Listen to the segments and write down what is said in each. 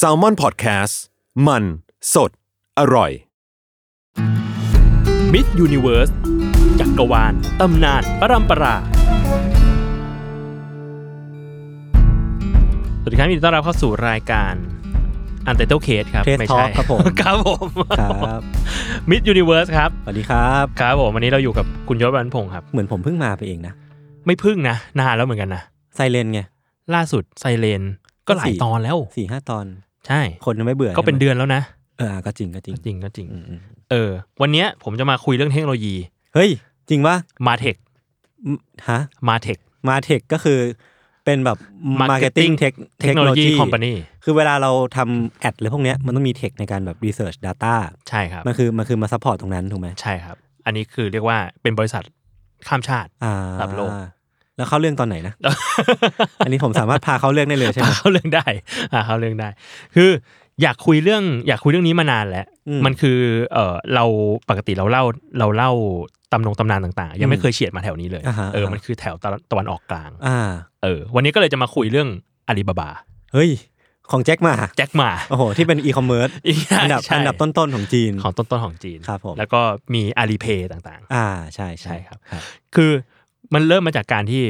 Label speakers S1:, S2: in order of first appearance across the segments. S1: s a l m o n PODCAST มันสดอร่อย
S2: มิสยูนิเวิร์สจักรวาล ตำนานประรำปรา สวัสดีครับยินดีต้อนรับเข้าสู่รายการอันเตอร์เคสครับ
S3: Trade
S2: ไม่ใช่
S3: Talk ครับผม
S2: ครับผม
S3: ครับ
S2: มิสยูนิเวิร์สครับ
S3: สวัสดีครับ
S2: ครับผม วันนี้เราอยู่กับคุณยศวันพงศ์ครับ
S3: เหมือนผมเพิ่งมาไปเองนะ
S2: ไม่พึ่งนะ นานแล้วเหมือนกันนะ
S3: ไซเรนไง
S2: ล่าสุดไซเรนก็หลาย
S3: สี่
S2: ตอนแล้ว
S3: สี่ห้าตอน
S2: ใช่
S3: คนยังไม่เบื่อ
S2: ก็เป็น
S3: ใช่ไหม
S2: เดือนแล้วนะ
S3: เอออ่ะก็จริงก็จริง
S2: จริงก็จริง
S3: อืมอืม
S2: เออ วันเนี้ยผมจะมาคุยเรื่องเทคโนโลยี
S3: เฮ้ย จริงปะ
S2: มาเทค
S3: อืมฮะ
S2: มาเทค
S3: มาเทคก็คือเป็นแบบ
S2: Marketing
S3: Marketing Tech
S2: เทคโนโลยี
S3: Technology
S2: company
S3: คือเวลาเราทำแอดหรือพวกเนี้ยมันต้องมีเทคในการแบบ Research Data
S2: ใช่ครับ
S3: มันคือมันคือมาซัพพอร์ตตรงนั้น ถูกไหม
S2: ใช่ครับ อันนี้คือเรียกว่าเป็นบริษัทข้ามชาติ
S3: อ่า
S2: ระดับโลก
S3: แล้วเข้าเรื่องตอนไหนนะ อันนี้ผมสามารถพาเข้าเรื่องได้เลยใช่ไหม
S2: เข้าเรื่องได้ อ่าเข้าเรื่องได้ คืออยากคุยเรื่องอยากคุยเรื่องนี้มานานแล้ว
S3: อืม
S2: มันคือเออเราปกติเราเล่าเราเล่าตำนงตำนานต่างๆ ยังไม่เคยเฉียดมาแถวนี้เลย
S3: อ่าฮะ
S2: เออ
S3: อ่าฮะ
S2: มันคือแถวตะตะวันออกกลาง
S3: อ่า
S2: เออ วันนี้ก็เลยจะมาคุยเรื่องอาลีบาบา
S3: เฮ้ย ของแจ็คมา
S2: แจ็คมา
S3: โอ้โห ที่เป็นอีคอมเมิร์ซ
S2: อีกอย่าง
S3: อันดับ
S2: ใช่
S3: อันดับต้นๆของจีน
S2: ของต้นๆของจีน
S3: ครับผม
S2: แล้วก็มีอาลีเพย์ต่าง
S3: อ่าใช่
S2: ใช่
S3: ใช่
S2: ครับ ๆ คือมันเริ่มมาจากการที่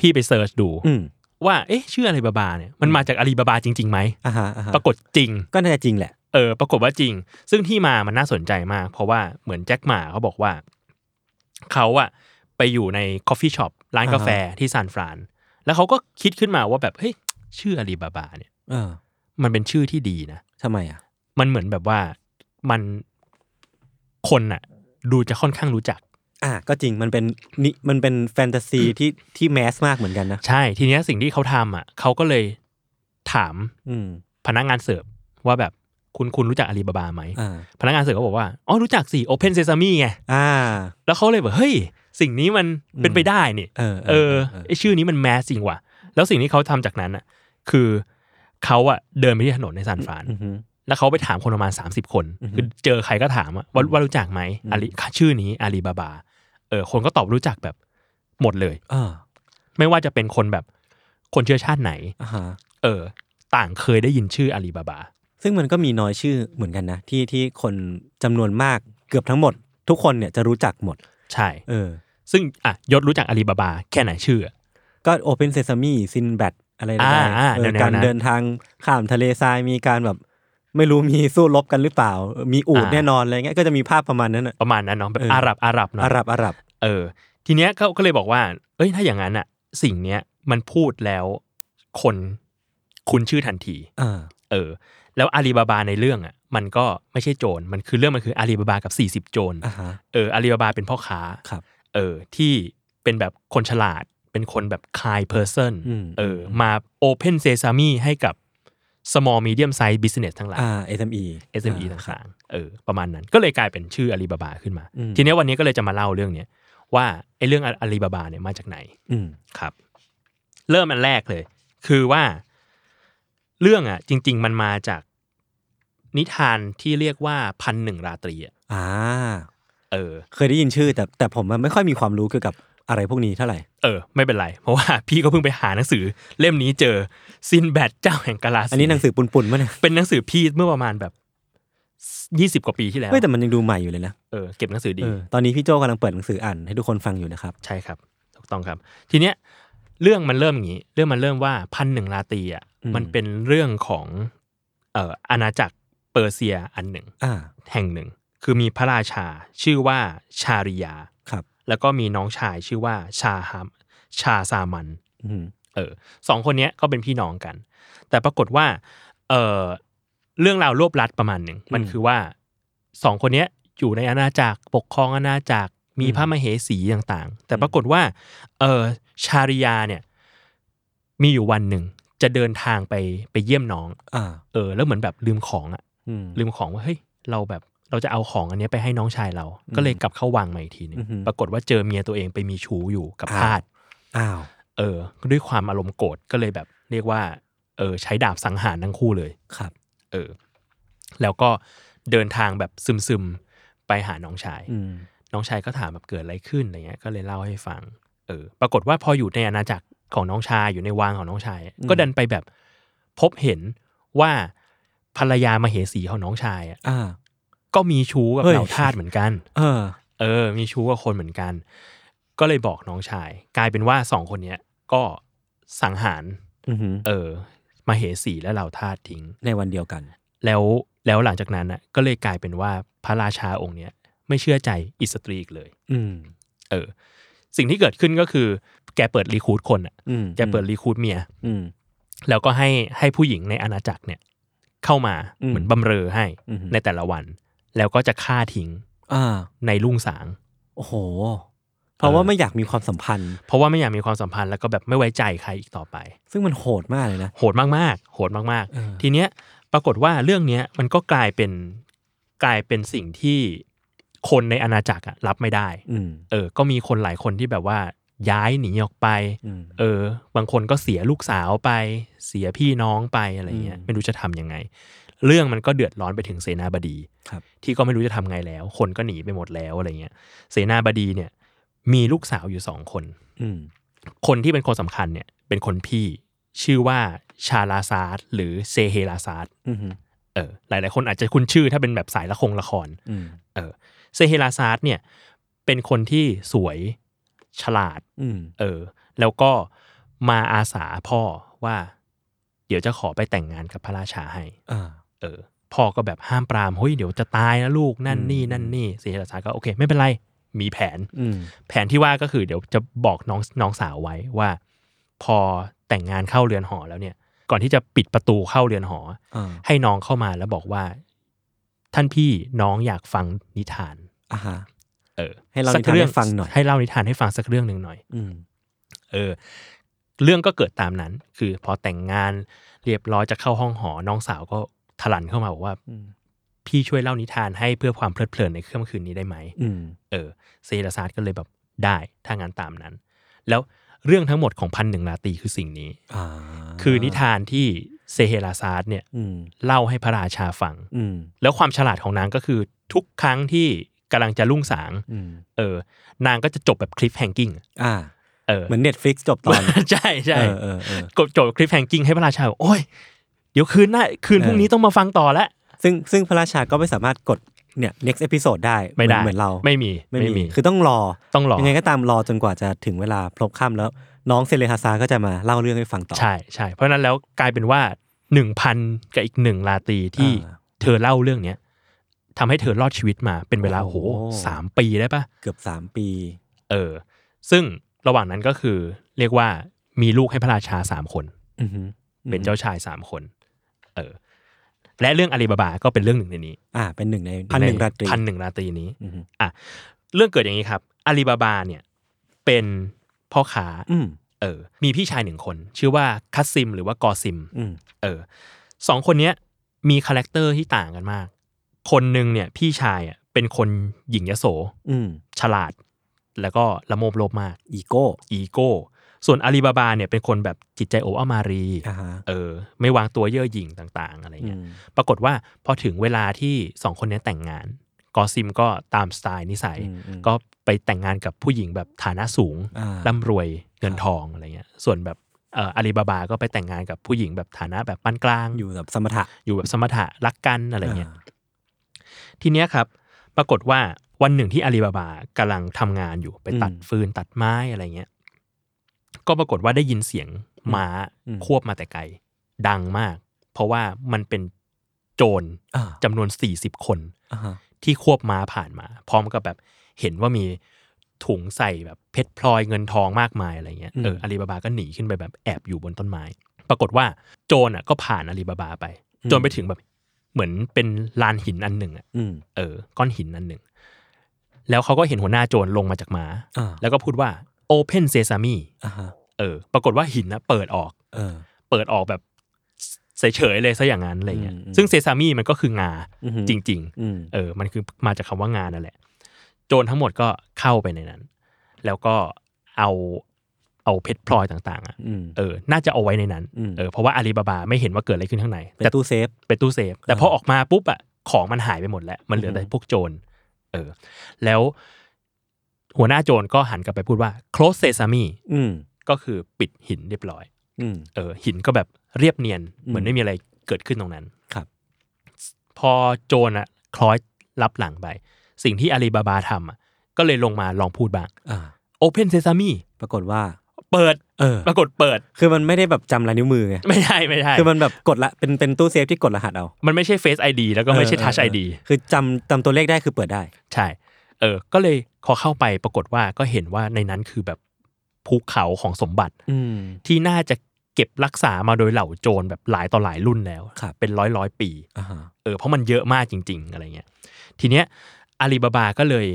S2: พี่ไปเซิร์ชดู
S3: อืม
S2: ว่าเอ๊ะชื่ออาลีบาบาเนี่ยมันมาจากอาลีบาบาจริงๆไหม
S3: อ่าฮะอ่าฮะ
S2: ปรากฏจริง
S3: ก็น่าจะจริงแหละ
S2: เออ ปรากฏว่าจริง ซึ่งที่มามันน่าสนใจมาก เพราะว่าเหมือนแจ็คหมาเขาบอกว่า เขาอะไปอยู่ในคอฟฟี่ช็อปร้าน
S3: อ่าฮะ
S2: กาแฟที่ซานฟราน แล้วเขาก็คิดขึ้นมาว่าแบบ เฮ้ย ชื่ออาลีบาบาเนี่ย
S3: เออ
S2: มันเป็นชื่อที่ดีนะ
S3: ทำไมอ่ะ
S2: มันเหมือนแบบว่ามันคนอะดูจะค่อนข้างรู้จัก
S3: อ่า ก็จริงมันเป็นนี่มันเป็นแฟนตาซีที่ที่แมสมากเหมือนกันนะ
S2: ใช่ ทีเนี้ยสิ่งที่เขาทำอะเขาก็เลยถาม
S3: อืม
S2: พนักงานเสิร์ฟว่าแบบคุณคุณรู้จักอาลีบาบาไหม
S3: อ่า
S2: พนักงานเสิร์ฟก็บอกว่า อ๋อ รู้จักสิ Open Sesame ไง
S3: อ่า
S2: แล้วเขาเลยแบบ เฮ้ย สิ่งนี้มันเป็นไปได้นี่
S3: เออ
S2: เออไอชื่อนี้มันแมสจริงว่ะ แล้วสิ่งที่เขาทำจากนั้นอ่ะ คือเขาอ่ะเดินไปที่ถนนในซานฟราน
S3: อือหือ
S2: แล้วเขาไปถามคนประมาณ 30 คน
S3: อือฮึ
S2: คือเจอใครก็ถามอะว่าว่ารู้จักไหม
S3: อืม
S2: อาลีชื่อนี้อาลีบาบา เออ คนก็ตอบรู้จักแบบหมดเลย
S3: อ่า
S2: ไม่ว่าจะเป็นคนแบบคนเชื้อชาติไหน
S3: อ่าฮะ
S2: เออ ต่างเคยได้ยินชื่ออาลีบาบา
S3: ซึ่งมันก็มีน้อยชื่อเหมือนกันนะที่ที่คนจำนวนมากเกือบทั้งหมด ทุกคนเนี่ยจะรู้จักหมด
S2: ใช่
S3: เออ
S2: ซึ่งอ่ะยศรู้จักอาลีบาบา แค่ไหนชื่ออะ
S3: ก็โอเ n นเซซามีซินแบดอะไรต่าง
S2: อ่า
S3: ๆเออ
S2: แนวๆนั้น
S3: การเดินทางข้ามทะเลทรายมีการแบบ ไม่รู้มีสู้รบกันหรือเปล่าเออมีอูด
S2: อ่า
S3: แน่นอนอะไรเงี้ยก็จะมีภาพประมาณนั้นอะ
S2: ประมาณนั้นเนาะแบบ
S3: เอออ
S2: อาหรับอาหรับเนาะ
S3: อาหรับอาหรับ
S2: เออ ทีเนี้ยเขาก็เลยบอกว่า เอ้ยถ้าอย่างนั้นอะสิ่งเนี้ยมันพูดแล้วคนคุ้นชื่อทันที
S3: อ่า
S2: เออ แล้วอาลีบาบาในเรื่องอะมันก็ไม่ใช่โจรมันคือเรื่องมันคืออาลีบาบากับ 40 โจร
S3: อ่าฮะ
S2: เอออาลีบาบาเป็นพ่อค้า
S3: ครับ
S2: เออที่เป็นแบบคนฉลาด เป็นคนแบบ kind person
S3: อืม
S2: เออมา open sesame ให้กับ small medium size business ทั้งหลาย
S3: อ่า SME
S2: SME
S3: อ่า
S2: ต่างๆ เออ ประมาณนั้น ก็เลยกลายเป็นชื่ออาลีบาบาขึ้นมา
S3: อืม
S2: ทีเนี้ยวันนี้ก็เลยจะมาเล่าเรื่องเนี้ยว่าไอ้เรื่องอาลีบาบาเนี่ยมาจากไหน
S3: อืม
S2: ครับ เริ่มอันแรกเลย คือว่า เรื่องอ่ะ จริง ๆ มันมาจากนิทานที่เรียกว่าพันหนึ่งราตรีอ่ะ
S3: อ่า
S2: เออ
S3: เคยได้ยินชื่อ แต่แต่ผมมันไม่ค่อยมีความรู้เกี่ยวกับอะไรพวกนี้เท่าไหร่
S2: เออ ไม่เป็นไร เพราะว่า พี่ก็เพิ่งไปหาหนังสือ เล่มนี้เจอซินแบดเจ้าแห่งกาลาสี
S3: อันนี้หนังสือปุ่นๆมั้ยเนี่ย
S2: เป็นหนังสือพี่เมื่อประมาณแบบยี่สิบกว่าปีที่แล้ว
S3: เฮ้ยแต่มันยังดูใหม่อยู่เลยนะ
S2: เออ เก็บหนังสือดี
S3: เออตอนนี้พี่โจกำลังเปิดหนังสืออ่านให้ทุกคนฟังอยู่นะครับ
S2: ใช่ครับถูกต้องครับ ทีเนี้ยเรื่องมันเริ่มอย่างนี้ เรื่องมันเริ่มว่าพันหนึ่งราตรีอ่ะ
S3: อืม
S2: มันเป็นเรื่องของเอ่ออาณาจักรเปอร์เซียอันหนึ่ง
S3: อ่า
S2: แห่งหนึ่ง คือมีพระราชาชื่อว่าชาริยา
S3: ครับ
S2: แล้วก็มีน้องชายชื่อว่าชาฮามชาซามัน
S3: อืม
S2: เออสองคนเนี้ยก็เป็นพี่น้องกัน แต่ปรากฏว่าเออเรื่องราวรวบลัดประมาณหนึ่งมันคือว่าสองคนเนี้ยอยู่ในอาณาจักรปกครองอาณาจักรมีพระมเหสีต่างๆ แต่ปรากฏว่าเออชาริยาเนี่ยมีอยู่วันหนึ่ง จะเดินทางไปไปเยี่ยมน้อง
S3: อ่า
S2: เออ แล้วเหมือนแบบลืมของอะ
S3: อืม
S2: ลืมของว่าเฮ้ยเราแบบเราจะเอาของอันเนี้ยไปให้น้องชายเรา
S3: อืม
S2: ก็เลยกลับเข้าวังมาอีกทีหนึง
S3: อือหือ
S2: ปรากฏว่าเจอเมียตัวเองไปมีชู้อยู่กับ
S3: อ่า
S2: ทาส
S3: อ้าว
S2: เออด้วยความอารมณ์โกรธก็เลยแบบเรียกว่าเออใช้ดาบสังหารทั้งคู่เลย
S3: ครับ
S2: เออ แล้วก็เดินทางแบบซึมๆ ไปหาน้องชาย
S3: อืม
S2: น้องชายก็ถามแบบเกิดอะไรขึ้นอะไรเงี้ยก็เลยเล่าให้ฟัง เออ ปรากฏว่าพออยู่ในอาณาจักรของน้องชายอยู่ในวังของน้องชาย ก็ดันไปแบบพบเห็นว่าภรรยามาเหสีของน้องชายอะ
S3: อ่า
S2: ก็มีชู้กับ
S3: เฮ้ย
S2: เหล่าทาสเหมือนกัน
S3: เออ
S2: เออ มีชู้กับคนเหมือนกัน ก็เลยบอกน้องชาย กลายเป็นว่าสองคนเนี้ยก็สังหาร
S3: อือหือ
S2: เออ มาเหสีและเหล่าทาสทิ้ง
S3: ในวันเดียวกัน
S2: แล้วแล้วหลังจากนั้นน่ะก็เลยกลายเป็นว่าพระราชาองค์เนี้ยไม่เชื่อใจอิสตรีอีกเลย
S3: อืม
S2: เออ สิ่งที่เกิดขึ้นก็คือ แกเปิดรีคูดคนอ่ะ
S3: อืม
S2: แกเปิดรีคูดเมีย
S3: อืม
S2: แล้วก็ให้ให้ผู้หญิงในอาณาจักรเนี่ย เข้ามา
S3: อืม
S2: เหมือนบำเรอให้
S3: อืม
S2: ในแต่ละวัน แล้วก็จะฆ่าทิ้ง
S3: อ่า
S2: ในรุ่งสาง
S3: โอ้โห เพราะว่า
S2: เออ
S3: ไม่อยากมีความสัมพันธ์
S2: เพราะว่าไม่อยากมีความสัมพันธ์แล้วก็แบบไม่ไว้ใจใครอีกต่อไป
S3: ซึ่งมันโหดมากเลยนะ
S2: โหดมากๆ โหดมาก
S3: เออ
S2: ๆ ทีเนี้ยปรากฏว่าเรื่องเนี้ยมันก็กลายเป็นกลายเป็นสิ่งที่คนในอาณาจักรอะรับไม่ได้
S3: อืม
S2: เออ ก็มีคนหลายคนที่แบบว่าย้ายหนีออกไป
S3: อืม
S2: เออ บางคนก็เสียลูกสาวไป เสียพี่น้องไปอะไรเงี้ย
S3: อืม
S2: ไม่รู้จะทำยังไง เรื่องมันก็เดือดร้อนไปถึงเสนาบดี
S3: ครับ
S2: ที่ก็ไม่รู้จะทำไงแล้ว คนก็หนีไปหมดแล้วอะไรเงี้ย เสนาบดีเนี่ย มีลูกสาวอยู่สองคน
S3: อืม
S2: คนที่เป็นคนสำคัญเนี่ยเป็นคนพี่ชื่อว่าชาลาซาร์หรือเซเฮลาซาร์
S3: อือหือ
S2: เออหลายๆ คนอาจจะคุ้นชื่อถ้าเป็นแบบสายละครละคร
S3: อืม
S2: เออเซเฮลาซาร์เนี่ยเป็นคนที่สวยฉลาด
S3: อืม
S2: เออแล้วก็มาอาสาพ่อว่า เดี๋ยวจะขอไปแต่งงานกับพระราชาให้
S3: อ่า
S2: เออพ่อก็แบบห้ามปรามเฮ้ยเดี๋ยวจะตายนะลูกนั่นนี่นั่นนี่เซเฮลาซาร์ก็โอเค ไม่เป็นไรมีแผน
S3: อืม
S2: แผนที่ว่าก็คือเดี๋ยวจะบอกน้องน้องสาวไว้ว่า พอแต่งงานเข้าเรือนหอแล้วเนี่ย ก่อนที่จะปิดประตูเข้าเรือนหอ
S3: อ่า
S2: ให้น้องเข้ามาแล้วบอกว่า ท่านพี่น้องอยากฟังนิทาน
S3: อ่าฮะ
S2: เออ
S3: ให้เล่า
S2: สัก
S3: นิทาน
S2: รื่อง
S3: ให้ฟังหน่อย
S2: ให้เล่านิทานให้ฟังสักเรื่องหนึ่งหน่อย
S3: อืม
S2: เออ เรื่องก็เกิดตามนั้น คือพอแต่งงานเรียบร้อยจะเข้าห้องหอ น้องสาวก็ทะลันเข้ามาบอกว่า
S3: อืม
S2: พี่ช่วยเล่านิทานให้เพื่อความเพลิดเพลินในค่ำคืนนี้ได้ไหม
S3: อืม
S2: เออเซราซาร์ก็เลยแบบได้ถ้างั้นตามนั้น แล้วเรื่องทั้งหมดของพันหนึ่งราตรีคือสิ่งนี้
S3: อ่า
S2: คือนิทานที่เซเฮราซาร์เนี่ย
S3: อืม
S2: เล่าให้พระราชาฟัง
S3: อืม
S2: แล้วความฉลาดของนางก็คือทุกครั้งที่กำลังจะรุ่งสาง
S3: อืม
S2: เออนางก็จะจบแบบคลิปแฮงกิ้ง
S3: อ่า
S2: เออ
S3: เหมือนเน็ตฟลิกจบตอน
S2: ใช่ใช่
S3: เออเออเออ
S2: กดจบคลิปแฮงกิ้งให้พระราชาบอกโอ้ยเดี๋ยวคืนหน้าคืนพรุ่งนี้ต้องมาฟังต่อละ
S3: ซึ่งซึ่งพระราชาก็ไม่สามารถกดเนี่ย next episode ได้
S2: ไม่ได้
S3: เหมือนเรา
S2: ไม่มี
S3: ไม่
S2: ไม่
S3: มี
S2: มี
S3: คือต้องรอ
S2: ต้องรอ
S3: ยังไงก็ตามรอจนกว่าจะถึงเวลาพลบค่ำแล้ว น้องเซเลฮาซาก็จะมาเล่าเรื่องให้ฟังต่อ
S2: ใช่ใช่เพราะฉะนั้นแล้วกลายเป็นว่าหนึ่งพันกับอีกหนึ่งราตรีที่
S3: อ่า
S2: เธอเล่าเรื่องเนี้ยทำให้เธอรอดชีวิตมาเป็นเวลา
S3: โอ้
S2: โห
S3: โห
S2: สามปีได้ปะ
S3: เกือบสามปี
S2: เออ ซึ่งระหว่างนั้นก็คือเรียกว่ามีลูกให้พระราชาสามคน
S3: อือหือ
S2: เป็นเจ้าชายสามคน เออ และเรื่องอาลีบาบาก็เป็นเรื่องหนึ่งในนี้
S3: อ่า เป็นหนึ่งในพันหนึ่งราตรี
S2: พันหนึ่งราตรีนี้
S3: อือหือ
S2: อ่ะเรื่องเกิดอย่างนี้ครับอาลีบาบาเนี่ย เป็นพ่อค้า
S3: อืม
S2: เออ มีพี่ชายหนึ่งคน ชื่อว่าคัสซิม หรือว่ากอซิม
S3: อืม
S2: เออสองคนเนี้ยมีคาแรคเตอร์ที่ต่างกันมาก คนหนึ่งเนี่ยพี่ชายอ่ะเป็นคนหญิงยโส
S3: อืม
S2: ฉลาด แล้วก็ละโมบโลภมาก
S3: อีโก้
S2: อีโก้ ส่วนอาลีบาบาเนี่ยเป็นคนแบบจิตใจโอ้อามารี
S3: อ่าฮะ
S2: เออ ไม่วางตัวเย่อหยิ่งต่างๆ อะไร
S3: อื
S2: เงี้ย
S3: ม
S2: ปรากฏว่าพอถึงเวลาที่สองคนเนี้ยแต่งงาน กอซิมก็ตามสไตล์นิสัย
S3: อืมอืม
S2: ก็ไปแต่งงานกับผู้หญิงแบบฐานะสูง
S3: อ่า
S2: ร่ำรวยเงินทองอะไรเงี้ยส่วนแบบเอ่ออาลีบาบาก็ไปแต่งงานกับผู้หญิงแบบฐานะแบบปานกลาง
S3: อยู่แบบสมถะ
S2: อยู่แบบสมถะรักกันอะไรเงี้ย
S3: า
S2: ทีเนี้ยครับ ปรากฏว่าวันหนึ่งที่อาลีบาบากำลังทำงานอยู่ไปตัดฟืนตัดไม้อะไรเงี้ยก็ปรากฏว่าได้ยินเสียงม้าควบมาแต่ไกล ดังมาก เพราะว่ามันเป็นโจร
S3: อ่า
S2: จำนวน 40 คน
S3: อ่าฮะ
S2: ที่ควบม้าผ่านมา พร้อมกับแบบเห็นว่ามีถุงใส่แบบเพชรพลอยเงินทองมากมายอะไรเงี้ยเอออาลีบาบาก็หนีขึ้นไปแบบแอบอยู่บนต้นไม้ ปรากฏว่าโจรอ่ะก็ผ่านอาลีบาบาไป จนไปถึงแบบเหมือนเป็นลานหินอันหนึ่งอะ
S3: อืม
S2: เออ ก้อนหินอันหนึ่ง แล้วเขาก็เห็นหัวหน้าโจรลงมาจากหมา
S3: อ่า
S2: แล้วก็พูดว่า Open Sesame
S3: อ่าฮะ
S2: เออ ปรากฏว่าหินนะเปิดออก
S3: เออ
S2: ปิดออกแบบเฉยๆเลยซะอย่างนั้นอะไรเงี้ย
S3: อืมอืม
S2: ซึ่งเซซามีมันก็คืองา
S3: อือหือ
S2: จริง ๆ
S3: อืม
S2: เออ มันคือมาจากคำว่างานนั่นแหละ โจรทั้งหมดก็เข้าไปในนั้น แล้วก็เอาเอาเพชรพลอยต่างๆอะ
S3: อืม
S2: เออ น่าจะเอาไว้ในนั้น
S3: อืม
S2: เออ เพราะว่าอาลีบาบาไม่เห็นว่าเกิดอะไรขึ้นข้างใน
S3: เป็น
S2: แต่
S3: ตู้เซฟ
S2: เป็นตู้เซฟ แต่พอออกมาปุ๊บอะของมันหายไปหมดแล้ว มันเหลือแต่
S3: อือฮึ
S2: พวกโจร เออ แล้วหัวหน้าโจรก็หันกลับไปพูดว่า close sesame
S3: อืม
S2: ก็คือปิดหินเรียบร้อย
S3: อืม
S2: เออ หินก็แบบเรียบเนียน
S3: อืม
S2: เหมือนไม่มีอะไรเกิดขึ้นตรงนั้น
S3: ครับ
S2: พอโจรอะคล้อยรับหลังไป สิ่งที่อาลีบาบาทำอะก็เลยลงมาลองพูดบ้าง
S3: อ่า
S2: โอเพนเซซามี
S3: ปรากฏว่า
S2: เปิด
S3: เออ
S2: ปรากฏเปิด
S3: คือมันไม่ได้แบบจำลายนิ้วมือไง
S2: ไม่ใช่ไม่ใช่
S3: คือมันแบบกดละเป็นเป็นตู้เซฟที่กดรหัสเอา
S2: มันไม่ใช่เฟ c ไอดีแล้วก็ไม่ใช่
S3: เออ
S2: ทัชไอ
S3: เเ
S2: ดี
S3: คือจำจำตัวเลขได้คือเปิดได้
S2: ใช่ เออ ก็เลยพอเข้าไปปรากฏว่าก็เห็นว่าในนั้นคือแบบภูเขาของสมบัติ
S3: อืม
S2: ที่น่าจะเก็บรักษามาโดยเหล่าโจรแบบหลายต่อหลายรุ่นแล้ว
S3: ครับ
S2: เป็นร้อยร้อยปี
S3: อ่าฮะ
S2: เออเพราะมันเยอะมากจริง ๆ อะไรเงี้ย ทีเนี้ยอาลีบาบาก็เลย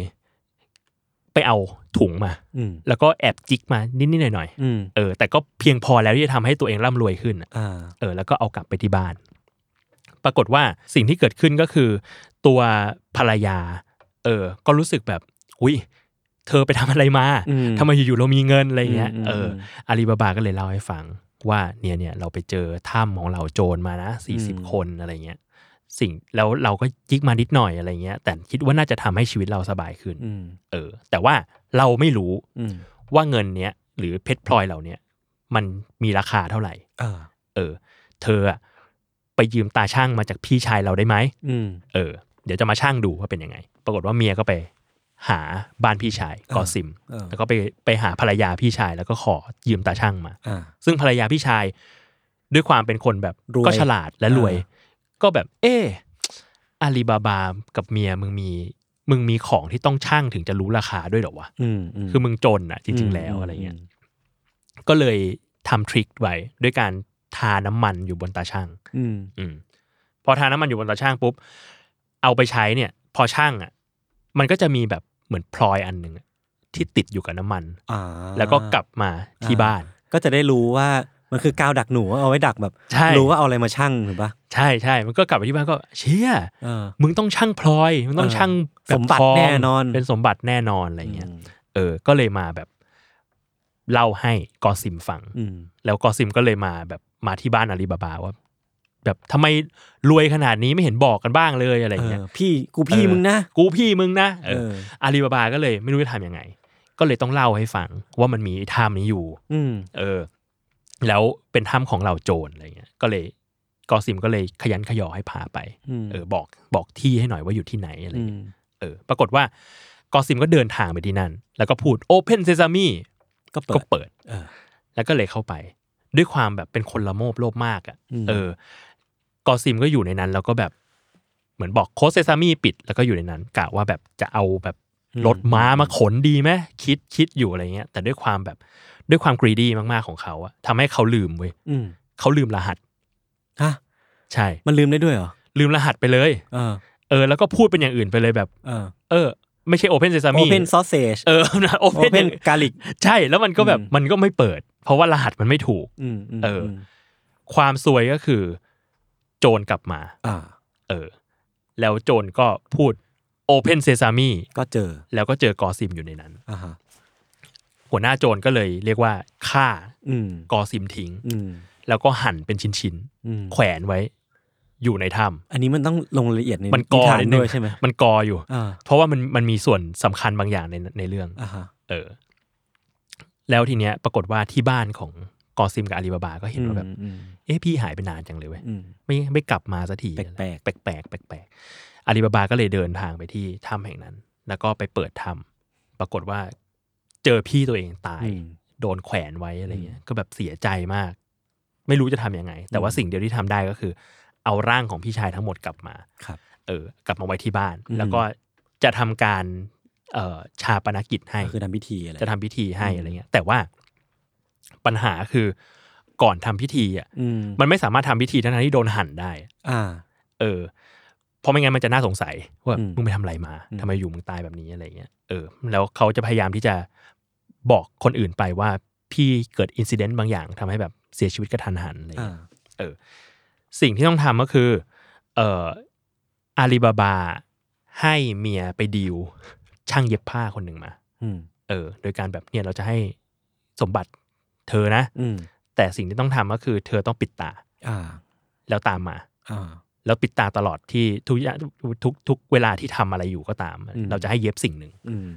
S2: ไปเอาถุงมา
S3: อืม
S2: แล้วก็แอบจิกมานิดๆหน่อย
S3: อืม
S2: ๆ เออ แต่ก็เพียงพอแล้วที่จะทำให้ตัวเองร่ำรวยขึ้นอะ
S3: อ่า
S2: เออ แล้วก็เอากลับไปที่บ้าน ปรากฏว่าสิ่งที่เกิดขึ้นก็คือ ตัวภรรยา เออ ก็รู้สึกแบบ อุ้ย เธอไปทำอะไรมา
S3: อืม
S2: ทำไมอยู่ๆเรามีเงินอะไรเงี้ย
S3: อืม
S2: เออ อาลีบาบาก็เลยเล่าให้ฟังว่าเนี่ยเนี่ยเราไปเจอถ้ำของเราโจรมานะสี่สิบ
S3: อืม
S2: คนอะไรเงี้ย สิ่งแล้วเราก็จิกมานิดหน่อยอะไรเงี้ย แต่คิดว่าน่าจะทำให้ชีวิตเราสบายขึ้น
S3: อืม
S2: เออ แต่ว่าเราไม่รู้
S3: อืม
S2: ว่าเงินเนี้ยหรือเพชรพลอยเหล่าเนี้ยมันมีราคาเท่าไหร่
S3: อ่า
S2: เออ เธออะไปยืมตาช่างมาจากพี่ชายเราได้ไหม
S3: อืม
S2: เออ เดี๋ยวจะมาช่างดูว่าเป็นยังไง ปรากฏว่าเมียก็ไปหาบ้านพี่ชายกอซิม
S3: เออ
S2: แล้วก็ไปไปหาภรรยาพี่ชายแล้วก็ขอยืมตาช่างมา
S3: อ่า
S2: ซึ่งภรรยาพี่ชายด้วยความเป็นคนแบบ
S3: รวย
S2: ก็ฉลาดและรวย
S3: อ่
S2: ก็แบบ เอออาลีบาบากับเมียมึงมีมึงมีของที่ต้องช่างถึงจะรู้ราคาด้วยเหรอวะ
S3: อืมอืม
S2: คือมึงจนอะจริง ๆ แล้วอะไรเงี้ย
S3: ม
S2: ก็เลยทำทริคไว้ด้วยการทาน้ำมันอยู่บนตาช่าง
S3: อืม
S2: อืมพอทาน้ำมันอยู่บนตาช่างปุ๊บ เอาไปใช้เนี่ย พอช่างอ่ะ มันก็จะมีแบบเหมือนพลอยอันหนึ่งอะที่ติดอยู่กับน้ำมัน
S3: อ่า
S2: แล้วก็กลับมาที่บ้าน
S3: ก็จะได้รู้ว่ามันคือกาวดักหนูเอาไว้ดักแบบ
S2: ใช่
S3: รู้ว่าเอาอะไรมาชั่งถูกปะ
S2: ใช่ใช่มันก็กลับไปที่บ้านก็ เชี่ย
S3: เออ
S2: มึงต้องช่างพลอย มึงต้อง
S3: เออ
S2: ช่าง
S3: สมบัติ
S2: บบทง
S3: แน่นอน
S2: เป็นสมบัติแน่นอนอะไร
S3: อ
S2: เงี้ยเออ ก็เลยมาแบบเล่าให้กอซิมฟัง
S3: อืม
S2: แล้วกอซิมก็เลยมาแบบมาที่บ้านอาลีบาบาว่า แบบทำไมรวยขนาดนี้ไม่เห็นบอกกันบ้างเลยอะไรอย่างเงี้ย
S3: เออพี่กูพี่
S2: เออ
S3: มึงนะ
S2: กูพี่มึงนะเออ
S3: เออ
S2: อาลีบาบาก็เลยไม่รู้จะทำยังไง ก็เลยต้องเล่าให้ฟังว่ามันมีถ้ำนี้อยู่
S3: อืม
S2: เออ แล้วเป็นถ้ำของเหล่าโจรอะไรเงี้ย ก็เลยกอซิมก็เลยขยันขยอให้พาไป
S3: อืม
S2: เออ บอกบอกที่ให้หน่อยว่าอยู่ที่ไหนอะไร
S3: อื
S2: เงี้ย
S3: ม
S2: เออปรากฏว่ากอซิมก็เดินทางไปที่นั่น แล้วก็พูด Open Sesame
S3: ก็เปิ
S2: ก็
S3: ด
S2: เปิด
S3: เออ
S2: แล้วก็เลยเข้าไป ด้วยความแบบเป็นคนละโมบโลภมากอะ่ะ
S3: อืม
S2: เออ กอซิมก็อยู่ในนั้น แล้วก็แบบเหมือนบอกโคชเซซามีปิด แล้วก็อยู่ในนั้นกะว่าแบบจะเอาแบบรถม้ามาขนดีไหมคิดคิดอยู่อะไรเงี้ย แต่ด้วยความแบบด้วยความกรีดีมากๆของเขาอะทำให้เขาลืมเว้ย
S3: อืม
S2: เขาลืมรหัส
S3: ฮะ
S2: ใช่
S3: มันลืมได้ด้วยเหรอ
S2: ลืมรหัสไปเลย
S3: เออ
S2: เออ แล้วก็พูดเป็นอย่างอื่นไปเลยแบบ
S3: เออ
S2: เออ ไม่ใช่โอเพนเซซา
S3: โอ
S2: มี
S3: เพนซอสเซจ
S2: เอ อนะโอ
S3: โอ
S2: เพน
S3: เพนกาลิก
S2: ใช่แล้วมันก็แบบ
S3: อืม
S2: มันก็ไม่เปิด เพราะว่ารหัสมันไม่ถูก
S3: อืมม
S2: เอออื ความซวยก็คือ โจรกลับมา
S3: อ่า
S2: เออ แล้วโจรก็พูด Open Sesame
S3: ก็เจอ
S2: แล้วก็เจอกอซิมอยู่ในนั้น
S3: อ่าฮะ
S2: หัวหน้าโจรก็เลยเรียกว่าฆ่า
S3: อืม
S2: กอซิมทิ้ง
S3: อืม
S2: แล้วก็หั่นเป็นชิ้น
S3: อืม
S2: ๆ แขวนไว้ อยู่ในถ้
S3: อันนี้มันต้องลงรายละเอียดใน
S2: ำมันกอ
S3: ฐาน
S2: นิดนึ
S3: ด้
S2: ง
S3: วยใช่ไหม
S2: มันกออยู่
S3: อ่า
S2: เพราะว่ามันมันมีส่วนสำคัญบางอย่างในในเรื่อง
S3: อ่าฮะ
S2: เออ แล้วทีเนี้ยปรากฏว่าที่บ้านของกอซิมกับอาลีบาบาก็เห็นว่าแบบ
S3: อืม
S2: เอ๊ะพี่หายไปนานจังเลยเว้ย
S3: อืม
S2: ไม่ไม่กลับมาสักที
S3: แปลกๆ
S2: แปลกๆแปลกๆแปลกๆอาลีบาบาก็เลยเดินทางไปที่ถ้ำแห่งนั้น แล้วก็ไปเปิดถ้ำปรากฏว่า เจอพี่ตัวเองตาย
S3: อืม
S2: โดนแขวนไว้อะไรเงี้ย ก็แบบเสียใจมาก ไม่รู้จะทำยังไง แต่ว่า
S3: อืม
S2: สิ่งเดียวที่ทำได้ก็คือ เอาร่างของพี่ชายทั้งหมดกลับมา
S3: ครับ
S2: เออ กลับมาไว้ที่บ้าน
S3: อืม
S2: แล้วก็จะทำการเอ่อชาปนกิจให้
S3: ก็คือทำพิธีอะไร
S2: จะทำพิธีให้
S3: อืม
S2: อะไรเงี้ย แต่ว่าปัญหาคือก่อนทำพิธีอ่ะ
S3: อืม
S2: มันไม่สามารถทำพิธีทั้งๆที่โดนหั่นได้
S3: อ่า
S2: เออ เพราะไม่งั้นมันจะน่าสงสัยว่า
S3: อืม
S2: มึงไปทำอะไรมา
S3: อืม
S2: ทำไมอยู่มึงตายแบบนี้อะไรเงี้ย เออ แล้วเขาจะพยายามที่จะบอกคนอื่นไปว่าพี่เกิดอินซิเดนต์บางอย่างทำให้แบบ เสียชีวิตกระทันหันอะไรอย่าง
S3: อ่า
S2: เงี้ย สิ่งที่ต้องทำก็คือ เอ่ออาลีบาบาให้เมียไปดีลช่างเย็บผ้าคนหนึ่งมา
S3: อืม
S2: เออ โดยการแบบเนี่ยเราจะให้สมบัติเธอนะ
S3: อืม
S2: แต่สิ่งที่ต้องทำก็คือ เธอต้องปิดตา
S3: อ่า
S2: แล้วตามมา
S3: อ่า
S2: แล้วปิดตาตลอดที่ทุกอย่างทุกทุกเวลาที่ทำอะไรอยู่ก็ตาม
S3: อืม
S2: เราจะให้เย็บสิ่งหนึ่ง
S3: อืม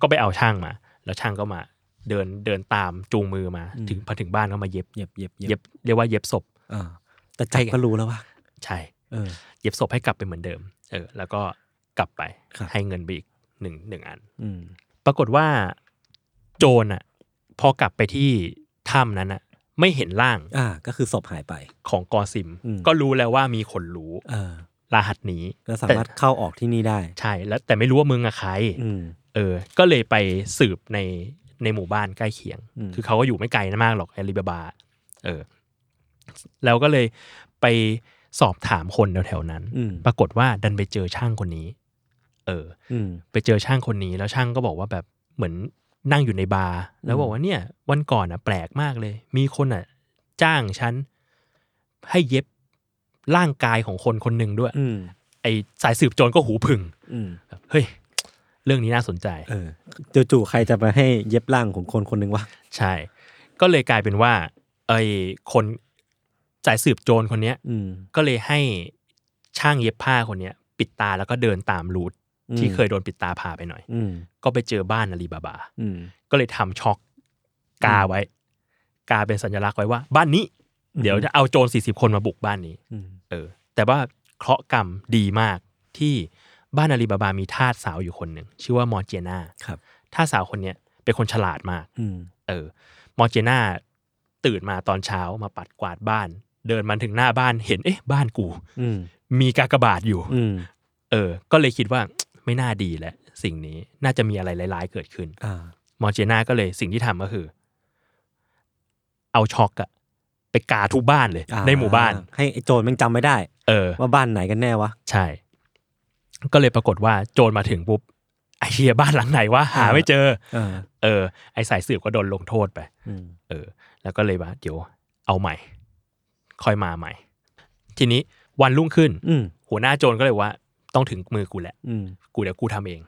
S2: ก็ไปเอาช่างมา แล้วช่างก็มา เดินเดินตามจูงมือมา ถึงพอถึงบ้านก็มาเย็บ
S3: เย็บเย็บ
S2: เย็บเรียกว่าเย็บศพ
S3: อ่าแต่ใจก็รู้แล้วว่า
S2: ใช่
S3: เออ
S2: เย็บศพให้กลับไปเหมือนเดิม เออ แล้วก็กลับไป
S3: ครับ
S2: ให้เงินไปอีกหนึ่งหนึ่งอัน
S3: อืม
S2: ปรากฏว่าโจรอ่ะ พอกลับไปที่ถ้ำนั้นอ่ะ ไม่เห็นร่าง
S3: อ่า ก็คือศพหายไป
S2: ของกอซิม
S3: อืม
S2: ก็รู้แล้วว่ามีคนรู้
S3: เออ
S2: รหัสนี้
S3: ก็สามารถเข้าออกที่นี่ได้
S2: ใช่แล้วแต่ไม่รู้ว่ามึงอะใคร
S3: อืม
S2: เออ ก็เลยไปสืบในในหมู่บ้านใกล้เคียง
S3: อืม
S2: คือเขาก็อยู่ไม่ไกลนะมากหรอกอาลีบาบา เออ แล้วก็เลยไปสอบถามคนแถวๆนั้น
S3: อืม
S2: ปรากฏว่าดันไปเจอช่างคนนี้ เออ
S3: อืม
S2: ไปเจอช่างคนนี้แล้วช่างก็บอกว่าแบบเหมือนนั่งอยู่ในบาร์แล้วบอกว่าเนี่ย วันก่อนอ่ะแปลกมากเลย มีคนอ่ะ จ้างฉันให้เย็บร่างกายของคนคนหนึ่งด้วย
S3: อืม
S2: ไอสายสืบโจรก็หูผึ่ง
S3: อืม
S2: แบบเฮ้ย เรื่องนี้น่าสนใจ
S3: เออจู่ๆใครจะมาให้เย็บร่างของคนคนหนึ่งวะ
S2: ใช่ ก็เลยกลายเป็นว่าไอคนสายสืบโจรคนเนี้ย
S3: อืม
S2: ก็เลยให้ช่างเย็บผ้าคนเนี้ย ปิดตาแล้วก็เดินตามรูทที่เคยโดนปิดตาพาไปหน่อย
S3: อืม
S2: ก็ไปเจอบ้านอาลีบาบา
S3: อืม
S2: ก็เลยทำช็อกกาไว้ กาเป็นสัญลักษณ์ไว้ว่า บ้านนี้
S3: อืม
S2: เดี๋ยวจะเอาโจรสี่สิบคนมาบุกบ้านนี้
S3: อืม
S2: เออ แต่ว่าเคราะห์กรรมดีมากที่บ้านอาลีบาบามีทาสสาวอยู่คนหนึ่ง ชื่อว่ามอร์เจยนา
S3: ครับ
S2: ทาสสาวคนเนี้ยเป็นคนฉลาดมาก
S3: อืม
S2: เออ มอร์เจยนาตื่นมาตอนเช้ามาปัดกวาดบ้าน เดินมาถึงหน้าบ้านเห็นเอ๊ะ บ้านกู
S3: อืม
S2: มีกากบาทอยู่
S3: อืม
S2: เออ ก็เลยคิดว่า ไม่น่าดีแหละ สิ่งนี้น่าจะมีอะไรร้ายๆเกิดขึ้น
S3: อ่า
S2: มอร์เจน่าก็เลยสิ่งที่ทำก็คือ เอาช็อกอะไปกาทุกบ้านเลย
S3: อ่
S2: ในหมู่บ้าน
S3: ให้ไอ้โจรแมันจำไม่ได้
S2: เออ
S3: ว่าบ้านไหนกันแน่วะ
S2: ใช่ ก็เลยปรากฏว่าโจรมาถึงปุ๊บไอเฮียบ้านหลังไหนวะหาไม่เจอ
S3: เออ
S2: เออ ไอสายสืบก็โดนลงโทษไป
S3: อืม
S2: เออ แล้วก็เลยว่าเดี๋ยวเอาใหม่ ค่อยมาใหม่ ทีนี้วันรุ่งขึ้น
S3: อืม
S2: หัวหน้าโจรก็เลยว่า ต้องถึงมือกูแหละ
S3: อืม
S2: กูเดี๋ยวกูทำเอง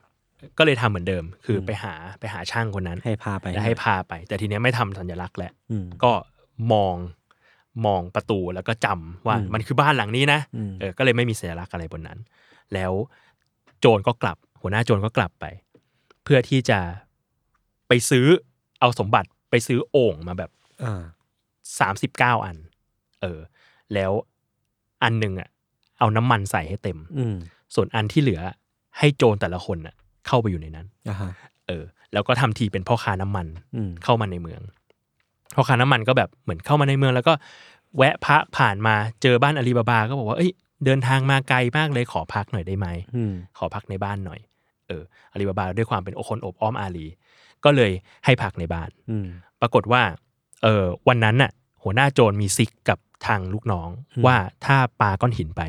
S2: ก็เลยทำเหมือนเดิม คือไปหาไปหาช่างคนนั้น
S3: ให้พาไป
S2: แล้วให้พาไป แต่ทีเนี้ยไม่ทำสัญลักษณ์แหละ
S3: อืม
S2: ก็มองมองประตูแล้วก็จำว่า
S3: อืม
S2: มันคือบ้านหลังนี้นะ
S3: อืม
S2: เออก็เลยไม่มีสัญลักษณ์อะไรบนนั้น แล้วโจรก็กลับ หัวหน้าโจรก็กลับไป เพื่อที่จะไปซื้อเอาสมบัติไปซื้อโอ่งมาแบบ
S3: อ่า
S2: สามสิบเก้าอัน เออ แล้วอันหนึ่งอ่ะ เอาน้ำมันใส่ให้เต็ม
S3: อืม
S2: ส่วนอันที่เหลือให้โจรแต่ละคนอ่ะ เข้าไปอยู่ในนั้น
S3: อ่าฮะ
S2: เออ แล้วก็ทำทีเป็นพ่อค้าน้ำมัน
S3: อืม
S2: เข้ามาในเมืองพอขาน้ำมันก็แบบเหมือนเข้ามาในเมือง แล้วก็แวะพระผ่านมาเจอบ้านอาลีบาบา ก็บอกว่าเอ้ยเดินทางมาไกลมากเลยขอพักหน่อยได้ไหม
S3: อืม
S2: ขอพักในบ้านหน่อย เอออาลีบาบาด้วยความเป็นคนอบอ้อมอาลี ก็เลยให้พักในบ้าน
S3: อืม
S2: ปรากฏว่าเออวันนั้นน่ะ หัวหน้าโจรมีซิกกับทางลูกน้อง
S3: อืม
S2: ว่าถ้าปาก้อนหินไป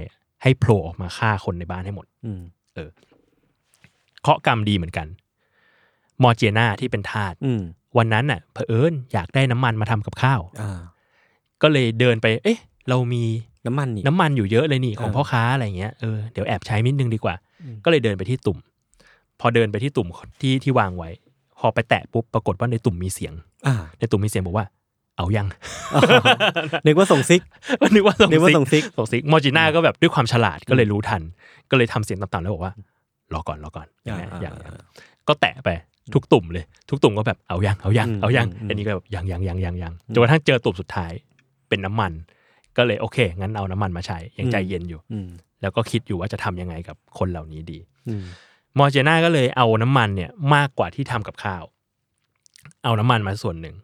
S2: ให้โผล่ออกมาฆ่าคนในบ้านให้หมด
S3: อืม
S2: เคราะห์กรรมดีเหมือนกัน มอร์เจยนาที่เป็นทาส
S3: อืม
S2: วันนั้นน่ะเผอิญอยากได้น้ำมันมาทำกับข้าว
S3: อ่า
S2: ก็เลยเดินไป เอ๊ะ เรามี
S3: น้ำมันนี่
S2: น้ำมันอยู่เยอะเลยนี่ของ
S3: เออ
S2: พ่อค้าอะไรเงี้ย เออ เดี๋ยวแอบใช้นิดนึงดีกว่า
S3: อืม
S2: ก็เลยเดินไปที่ตุ่ม พอเดินไปที่ตุ่มที่ที่วางไว้ พอไปแตะปุ๊บ ปรากฏว่าในตุ่มมีเสียง
S3: อ่า
S2: ในตุ่มมีเสียงบอกว่า เอา ยัง
S3: นึกว่าส่งซิก
S2: นึกว่าส่ง
S3: นึกว่า
S2: ซิก
S3: ส่งซิก
S2: ส่งซิกมอร์จิน่าก็แบบด้วยความฉลาดก็เลยรู้ทัน ก็เลยทำเสียงต่ำๆแล้วบอกว่า รอก่อน รอก่อน
S3: อ่า
S2: อย่างเงี้ยอย่าง
S3: อ่า
S2: เงี้ยก็แตะไปทุกตุ่มเลย ทุกตุ่มก็แบบเอายัง เอายัง
S3: อืม
S2: เอายัง
S3: อืม
S2: อันนี้ก็แบบยังยังยังยังยังจนกระทั่งเจอตุ่มสุดท้าย เป็นน้ำมัน ก็เลยโอเค งั้นเอาน้ำมันมาใช้ยังใจเย็นอยู่
S3: อืม
S2: แล้วก็คิดอยู่ว่าจะทำยังไงกับคนเหล่านี้ดี
S3: อืม
S2: มอร์เจน่าก็เลยเอาน้ำมันเนี่ยมากกว่าที่ทำกับข้าว เอาน้ำมันมาส่วนหนึ่ง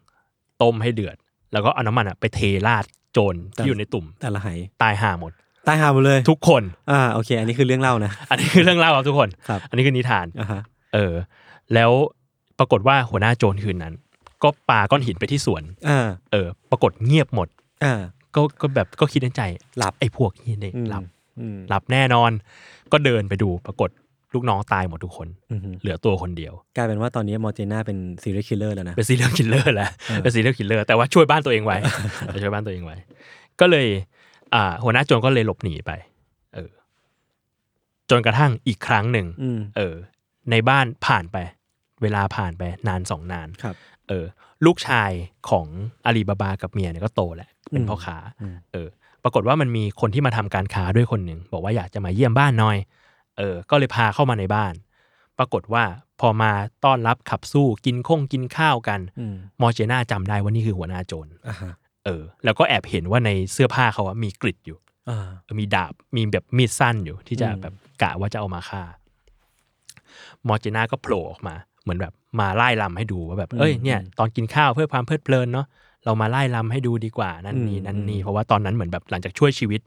S2: ต้มให้เดือด แล้วก็เอาน้ำมันอะไปเทราดโจรที่อยู่ในตุ่ม
S3: แต่ละไหาย
S2: ตายห่าหมด
S3: ตายหาหมดเลย
S2: ทุกคน
S3: อ่าโอเค อันนี้คือเรื่องเล่านะ
S2: อันนี้คือเรื่องเล่าครับทุกคน
S3: ครับ
S2: อันนี้คือนิทาน
S3: อ่าฮะ
S2: เออ แล้วปรากฏว่าหัวหน้าโจรคืนนั้น ก็ปาก้อนหินไปที่สวน
S3: อ่า
S2: เออ ปรากฏเงียบหมด
S3: อ่า
S2: ก็ก็แบบก็คิดในใจ
S3: หลับ
S2: ไอ้พวกนี้เนี่ย
S3: อืม
S2: หลับ
S3: อืม
S2: หลับแน่นอน ก็เดินไปดูปรากฏ ลูกน้องตายหมดทุกคน
S3: อือหือ
S2: เหลือตัวคนเดียว
S3: กลายเป็นว่าตอนนี้มอร์เจน่าเป็นซีรีส์คิลเลอร์แล้วนะ
S2: เป็นซีเรียลคิลเลอร์แหละ
S3: เออ
S2: เป็นซีเรียลคิลเลอร์แต่ว่าช่วยบ้านตัวเองไว้ ช่วยบ้านตัวเองไว้ ก็เลย อ่า หัวหน้าโจรก็เลยหลบหนีไป เออ จนกระทั่งอีกครั้งหนึ่ง
S3: อืม
S2: เออ ในบ้านผ่านไป เวลาผ่านไปนานสองนาน
S3: ครับ
S2: เออ ลูกชายของอาลีบาบากับเมียเนี่ยก็โตแล้ว เป็นพ่อค้า
S3: อืม
S2: เออ ปรากฏว่ามันมีคนที่มาทำการค้าด้วยคนหนึ่ง บอกว่าอยากจะมาเยี่ยมบ้านหน่อย เออ ก็เลยพาเข้ามาในบ้าน ปรากฏว่าพอมาต้อนรับขับสู้กินข้งกินข้าวกัน
S3: อืม
S2: มอร์เจน่าจำได้ว่านี่คือหัวหน้าโจร
S3: อ่าฮะ
S2: เออ แล้วก็แอบเห็นว่าในเสื้อผ้าเขาอะมีกริดอยู่
S3: อ่า
S2: มีดาบ มีแบบมีดสั้นอยู่ที่จะ
S3: อืม
S2: แบบกะว่าจะเอามาฆ่า มอร์เจน่าก็โผล่ออกมา เหมือนแบบมาไล่ลำให้ดูว่าแบบ เอ้ยเนี่ย ตอนกินข้าวเพื่อความเพลิดเพลินเนาะ เรามาไล่ลำให้ดูดีกว่า นั่นนี่นั่นนี่เพราะว่าตอนนั้นเหมือนแบบหลังจากช่วยชีวิต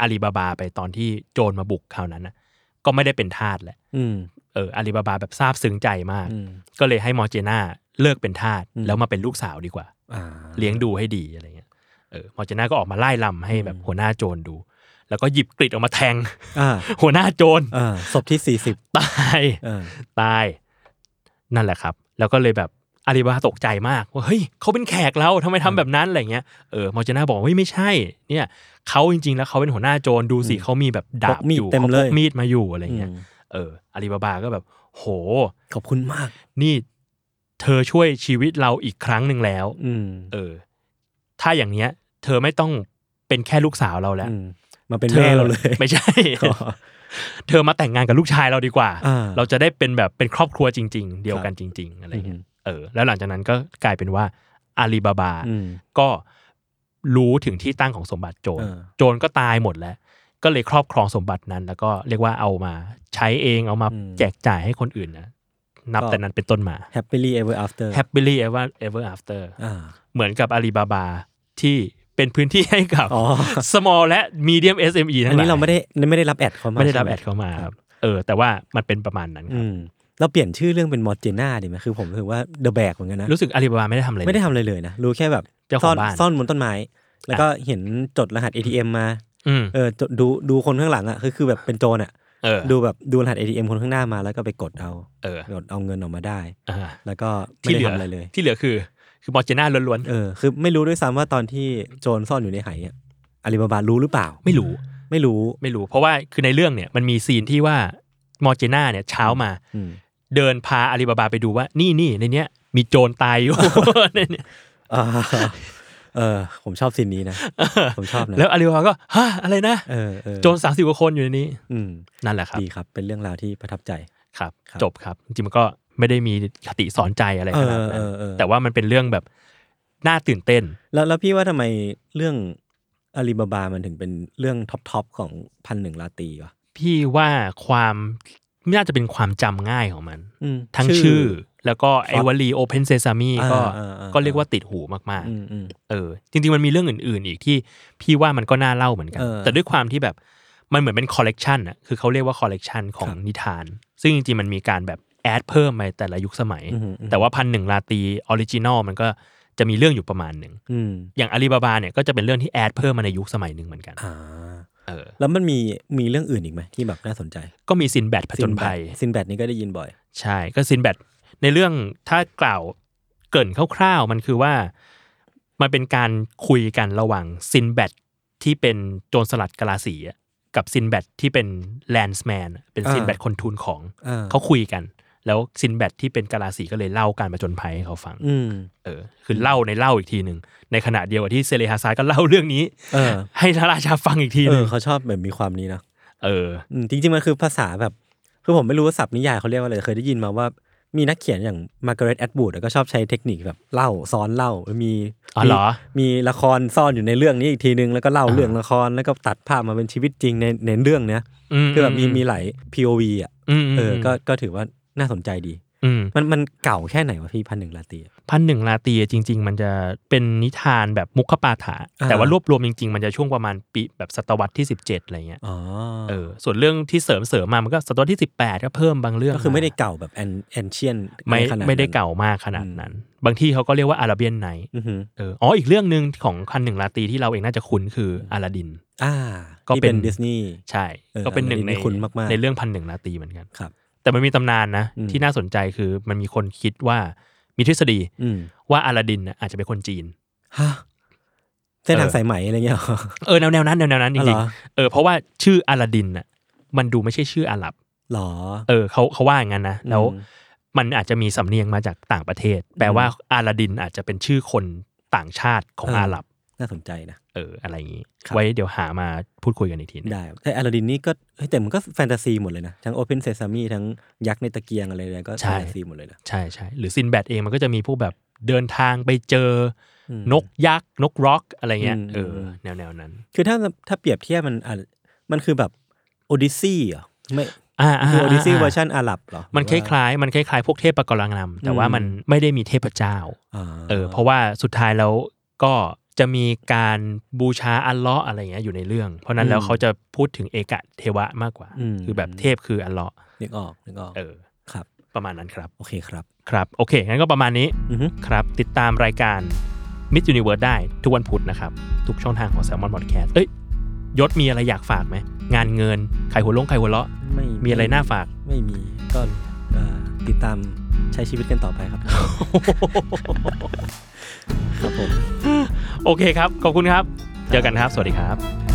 S2: อาลีบาบาไปตอนที่โจรมาบุกคราวนั้นนะก็ไม่ได้เป็นทาสแหละ
S3: อืม
S2: เอออาลีบาบาแบบซาบซึ้งใจมาก
S3: อืม
S2: ก็เลยให้มอร์เจน่าเลิกเป็นทาส
S3: อืม
S2: แล้วมาเป็นลูกสาวดีกว่า
S3: อ่า
S2: เลี้ยงดูให้ดีอะไรเงี้ย เออ มอร์เจน่าก็ออกมาไล่ลำให้แบบหัวหน้าโจรดู แล้วก็หยิบกริดออกมาแทง
S3: อ่า
S2: หัวหน้าโจร
S3: อ่าศพที่สี่สิบ
S2: ตาย
S3: อ่า
S2: ตาย นั่นแหละครับ แล้วก็เลยแบบอาลีบาตกใจมากว่าเฮ้ยเขาเป็นแขกเราทำไมทำแบบนั้นอะไรเงี้ย เออ มอร์เจน่าบอกว่าเฮ้ยไม่ใช่ เนี่ยเขาจริง ๆ แล้วเขาเป็นหัวหน้าโจรดูสิเขามีแบบดาบอยู่
S3: เต็ม
S2: เขา
S3: เล
S2: พ
S3: ย
S2: กมีดมาอยู่อะไรเงี้ย
S3: ม
S2: เออ อาลีบาบาก็แบบ โห
S3: ขอบคุณมาก
S2: นี่เธอช่วยชีวิตเราอีกครั้งหนึ่งแล้ว
S3: อืม
S2: เออ ถ้าอย่างเนี้ย เธอไม่ต้องเป็นแค่ลูกสาวเราแล้ว
S3: อืมมาเป็น
S2: ธอ
S3: แม่เราเลย
S2: ไม่ใช่
S3: อ๋อ
S2: เธอมาแต่งงานกับลูกชายเราดีกว่า
S3: อ่า
S2: เราจะได้เป็นแบบเป็นครอบครัวจริง ๆ เดียวกันจริง ๆ อะไรเงี้ย เออ แล้วหลังจากนั้นก็กลายเป็นว่าอาลีบาบา
S3: อืม
S2: ก็รู้ถึงที่ตั้งของสมบัติโจร
S3: อ่า
S2: โจรก็ตายหมดแล้ว ก็เลยครอบครองสมบัตินั้น แล้วก็เรียกว่าเอามาใช้เองเอามา
S3: อืม
S2: แจกจ่ายให้คนอื่นนะ นับแต่นั้นเป็นต้นมา
S3: happily ever after
S2: happily ever ever after
S3: อ่า
S2: เหมือนกับอาลีบาบาที่เป็นพื้นที่ให้กับ
S3: อ๋อ
S2: small และ medium SME ทั้
S3: อั
S2: ง
S3: น
S2: หลาย
S3: นี้เราไม่ได้ไม่ได้รับแอดเขามา
S2: ไม่ได้รับ
S3: ใช่ห
S2: แอดเข้ามาครับเออ แต่ว่ามันเป็นประมาณนั้นค
S3: อื
S2: รับ
S3: มเราเปลี่ยนชื่อเรื่องเป็นมอร์เจน่าดีไหมคือผมรู้สึกว่าเดอะแบกเหมือนกันนะ
S2: รู้สึกอาลีบาบาไม่ได้ทำอะไรเลย
S3: ไม่ได้ทำอะไรเลยนะ รู้แค่แบบ
S2: เจ้าข
S3: ซ่
S2: อ
S3: อง น
S2: บ้าน
S3: ซ่อนบนต้นไม้ แล้วก็เห็นจดรหัส ATM มา
S2: อืม
S3: เออจดดูดูคนข้างหลังอ่ะคือคือแบบเป็นโจรอ่ะ
S2: เออ
S3: ดูแบบดูรหัส ATM คนข้างหน้ามาแล้วก็ไปกดเอา
S2: เออก
S3: ดเอาเงินออกมาได้
S2: อ่า
S3: แล้วก็ไม่
S2: ที่เหลื
S3: ได้
S2: อ
S3: ทำอะไรเลย
S2: ที่เหลือคือ คือมอร์เจน่าล้วน
S3: เออ คือไม่รู้ด้วยซ้ำว่าตอนที่โจรซ่อนอยู่ในไหเนี่ยอาลีบาบารู้หรือเปล่า
S2: ๆ ไม่รู้
S3: ไม่รู้
S2: ไม่รู้ เพราะว่าคือในเรื่องเนี่ยมันมีซีนที่ว่ามอร์เจน่าเนี่ยเช้ามา
S3: อื ม
S2: เดินพาอาลีบาบาไปดูว่านี่นี่ในเนี้ย มีโจรตาย อยู่ ในเนี้ย
S3: อ่าเออ ผมชอบซีนนี้นะ ผมชอบนะ
S2: แล้วอาลีบาบาก็ฮะอะไรนะ
S3: เออเออ
S2: โจรสามสิบกว่าคนอยู่ในนี้
S3: อืม
S2: นั่นแหละครับ
S3: ดีครับ เป็นเรื่องราวที่ประทับใจ
S2: ครับ
S3: ครับ
S2: จบครับ จริงๆมันก็ไม่ได้มีคติสอนใจอะไรขนาดนั้
S3: เอน อเออเออ
S2: แต่ว่ามันเป็นเรื่องแบบน่าตื่นเต้น
S3: แล้วแล้วพี่ว่าทำไมเรื่องอาลีบาบามันถึงเป็นเรื่องท็อปทอปของพันหนึ่งลาตรีวะ
S2: พี่ว่าความน่าจะเป็นความจำง่ายของมัน
S3: อืม
S2: ทั้งชื่อ แล้วก็ไอวลีโอเพนเซซามีก็
S3: อ่าอ่าอ่า
S2: ก็เรียกว่าติดหูมาก
S3: อืมอืม
S2: ๆ เออ จริงๆมันมีเรื่องอื่น ๆ อีกที่พี่ว่ามันก็น่าเล่าเหมือนกัน
S3: เออ
S2: แต่ด้วยความที่แบบมันเหมือนเป็นคอลเลกชันอะคือเขาเรียกว่าคอลเลกชันของ
S3: ครับ
S2: นิทาน ซึ่งจริงๆมันมีการแบบแอดเพิ่มไปแต่ละยุคสมัย
S3: อือหืออือหือ
S2: แต่ว่าพันหนึ่งลาตีออริจินอลมันก็จะมีเรื่องอยู่ประมาณหนึ่ง
S3: อืม
S2: อย่างอาลีบาบาเนี่ยก็จะเป็นเรื่องที่แอดเพิ่มมาในยุคสมัยหนึ่งเหมือนกัน
S3: อ่า
S2: เออ
S3: แล้วมันมีมีเรื่องอื่นอีกไหมที่แบบน่าสนใจ
S2: ก็มีซินแบดผจญภัย
S3: ซินแบดนี่ก็ได้ยินบ่อย
S2: ใช่ ก็ซินแบดในเรื่องถ้ากล่าวเกรินคร่าวๆ มันคือว่า มันเป็นการคุยกันระหว่างซินแบดที่เป็นโจรสลัดกะลาสีอะกับซินแบดที่เป็นแลนส์แมนอะเป็น
S3: อ่า
S2: ซินแบดคนทูลของ
S3: อ่า
S2: เขาคุยกัน แล้วซินแบดที่เป็นกะลาสีก็เลยเล่าการประจนภัยให้เขาฟัง
S3: อืม
S2: เออ คือเล่าในเล่าอีกทีหนึ่ง ในขณะเดียวกับที่เซเลฮาซาร์ก็เล่าเรื่องนี้
S3: เออ
S2: ให้ทาราชาฟังอีกที
S3: เอ
S2: หนึ่
S3: อง เขาชอบแบบมีความนี้เนอะ
S2: เออ
S3: อืมจริงๆมันคือภาษาแบบ คือผมไม่รู้ว่าศัพท์นิยายเขาเรียกว่าอะไรแต่เคยได้ยินมาว่ามีนักเขียนอย่างมาร์กาเร็ตแอดบูดก็ชอบใช้เทคนิคแบบเล่าซ้อนเล่ามี
S2: อ๋อเหรอ
S3: มีมีละครซ่อนอยู่ในเรื่องนี้อีกทีนึงแล้วก็เล่าเรื่องละครแล้วก็ตัดภาพมาเป็นชีวิตจริงในในเรื่องเนี้ยคือแบบมีมีหลาย POV อ่ะ
S2: ม
S3: เอออก็ก็ถือว่าน่าสนใจดี
S2: อืม
S3: มันมันเก่าแค่ไหนวะพี่พันหนึ่งลาตีอะ
S2: พันหนึ่งลาตีจริง ๆ มันจะเป็นนิทานแบบมุขปาฐา
S3: อ่า
S2: แต่ว่ารวบรวมจริง ๆ มันจะช่วงประมาณปีแบบศตวรรษที่ 17อะไรเงี้ย
S3: อ๋อ
S2: เออส่วนเรื่องที่เสริมเสริมๆมามันก็ศตวรรษที่ 18 ก็เพิ่มบางเรื่อง
S3: ก็คือไม่ได้
S2: า
S3: เก่าแบบแอนแอนเชียน
S2: ไม่
S3: ขนาดนั้น
S2: ไม่ได้เก่ามากขนาดนั้น บางที่เขาก็เรียกว่าอาราเบียนไน
S3: อือหือ
S2: เอออ๋ออีกเรื่องหนึ่งของคันหนึ่งลาตีที่เราเองน่าจะคุ้นคืออาลาดิน
S3: อ่า
S2: ก็
S3: ที่เป็น
S2: เป็น
S3: ดิสนีย์
S2: ใช่
S3: เออ
S2: ก็เป็นหนึ่ง
S3: อัน
S2: ใน
S3: นี้คุ้นมากๆ
S2: ในเรื่องพันหนึ่งลาตีเหมือนกัน
S3: ครับ
S2: แต่มันมีตำนานนะ
S3: อืม
S2: ที่น่าสนใจคือมันมีคนคิดว่ามีทฤษฎี
S3: อืม
S2: ว่าอาลาดินน่ะอาจจะเป็นคนจีน
S3: ฮะเส้นทาง
S2: เออ
S3: สายไหมอะไรเงี้ยเหรอ
S2: เออแนวแนวนั้นแนวแนวนั้นจ
S3: อ๋อเหร
S2: ริง
S3: อ
S2: ๆเออเพราะว่าชื่ออาลาดินน่ะมันดูไม่ใช่ชื่ออาหรับ
S3: เหรอ
S2: เออเขาเขาว่าอย่างนั้นนะแล้วมันอาจจะมีสำเนียงมาจากต่างประเทศ แปลว่าอาลาดินอาจจะเป็นชื่อคนต่างชาติของ
S3: เอออ
S2: อาหรับ
S3: น่าสนใจนะ
S2: เอออะไรอย่างนี้
S3: ครับ
S2: ไว้เดี๋ยวหามาพูดคุยกันอีกทีหนึง
S3: ได้แต่อลาดินนี่ก็เฮ้ยแต่มันก็แฟนตาซีหมดเลยนะ ทั้งโอเพนเซซามีทั้งยักษ์ในตะเกียงอะไรเนี่ยก็แฟนตาซีหมดเลยนะ
S2: ใช่ใช่หรือซินแบดเองมันก็จะมีพวกแบบเดินทางไปเจออ
S3: ม
S2: นกยักษ์ นกร็อกอะไรเงี้ย
S3: อืม
S2: เอออ
S3: ม
S2: แนวแนวนั้น
S3: คือถ้าถ้าเปรียบเทียบมันอ่ะมันคือแบบโอดิซี่เหรอไม่
S2: อ่า
S3: คือโอดิซี่
S2: าา
S3: เวอร์ชันอาหรับเหรอ
S2: มันค
S3: หรือว่า
S2: ล้ายๆ มันคล้ายๆ พวกเทพปกรณ์นำแต่ว่า
S3: อืม
S2: มันไม่ได้มีเทพเจ้า
S3: อ่า
S2: เออเพราะว่าสุดท้ายแล้วก็จะมีการบูชาอัลเลาะห์อะไรเงี้ยอยู่ในเรื่อง เพราะนั้นแล้วเขาจะพูดถึงเอกะเทวะมากกว่า
S3: ม
S2: คือแบบเทพคืออัลเลาะห์
S3: นึกออกนึกออก
S2: เออ
S3: ครับ
S2: ประมาณนั้นครับ
S3: โอเคครับ
S2: ครับ โอเคงั้นก็ประมาณนี้
S3: อือฮึ
S2: ครับติดตามรายการ Miss Universe ได้ทุกวันพุธนะครับ ทุกช่องทางของ Salmon Podcast เอ้ยยศมีอะไรอยากฝากไหม งานเงินใครหัวลงใครหัวเราะ
S3: ไม่
S2: มีอะไรน่าฝาก
S3: ไม่มีก็เอ่อติดตามใช้ชีวิตกันต่อไปครับ ครับผม
S2: โอเคครับ ขอบคุณครับ เจอกันครับ สวัสดีครับ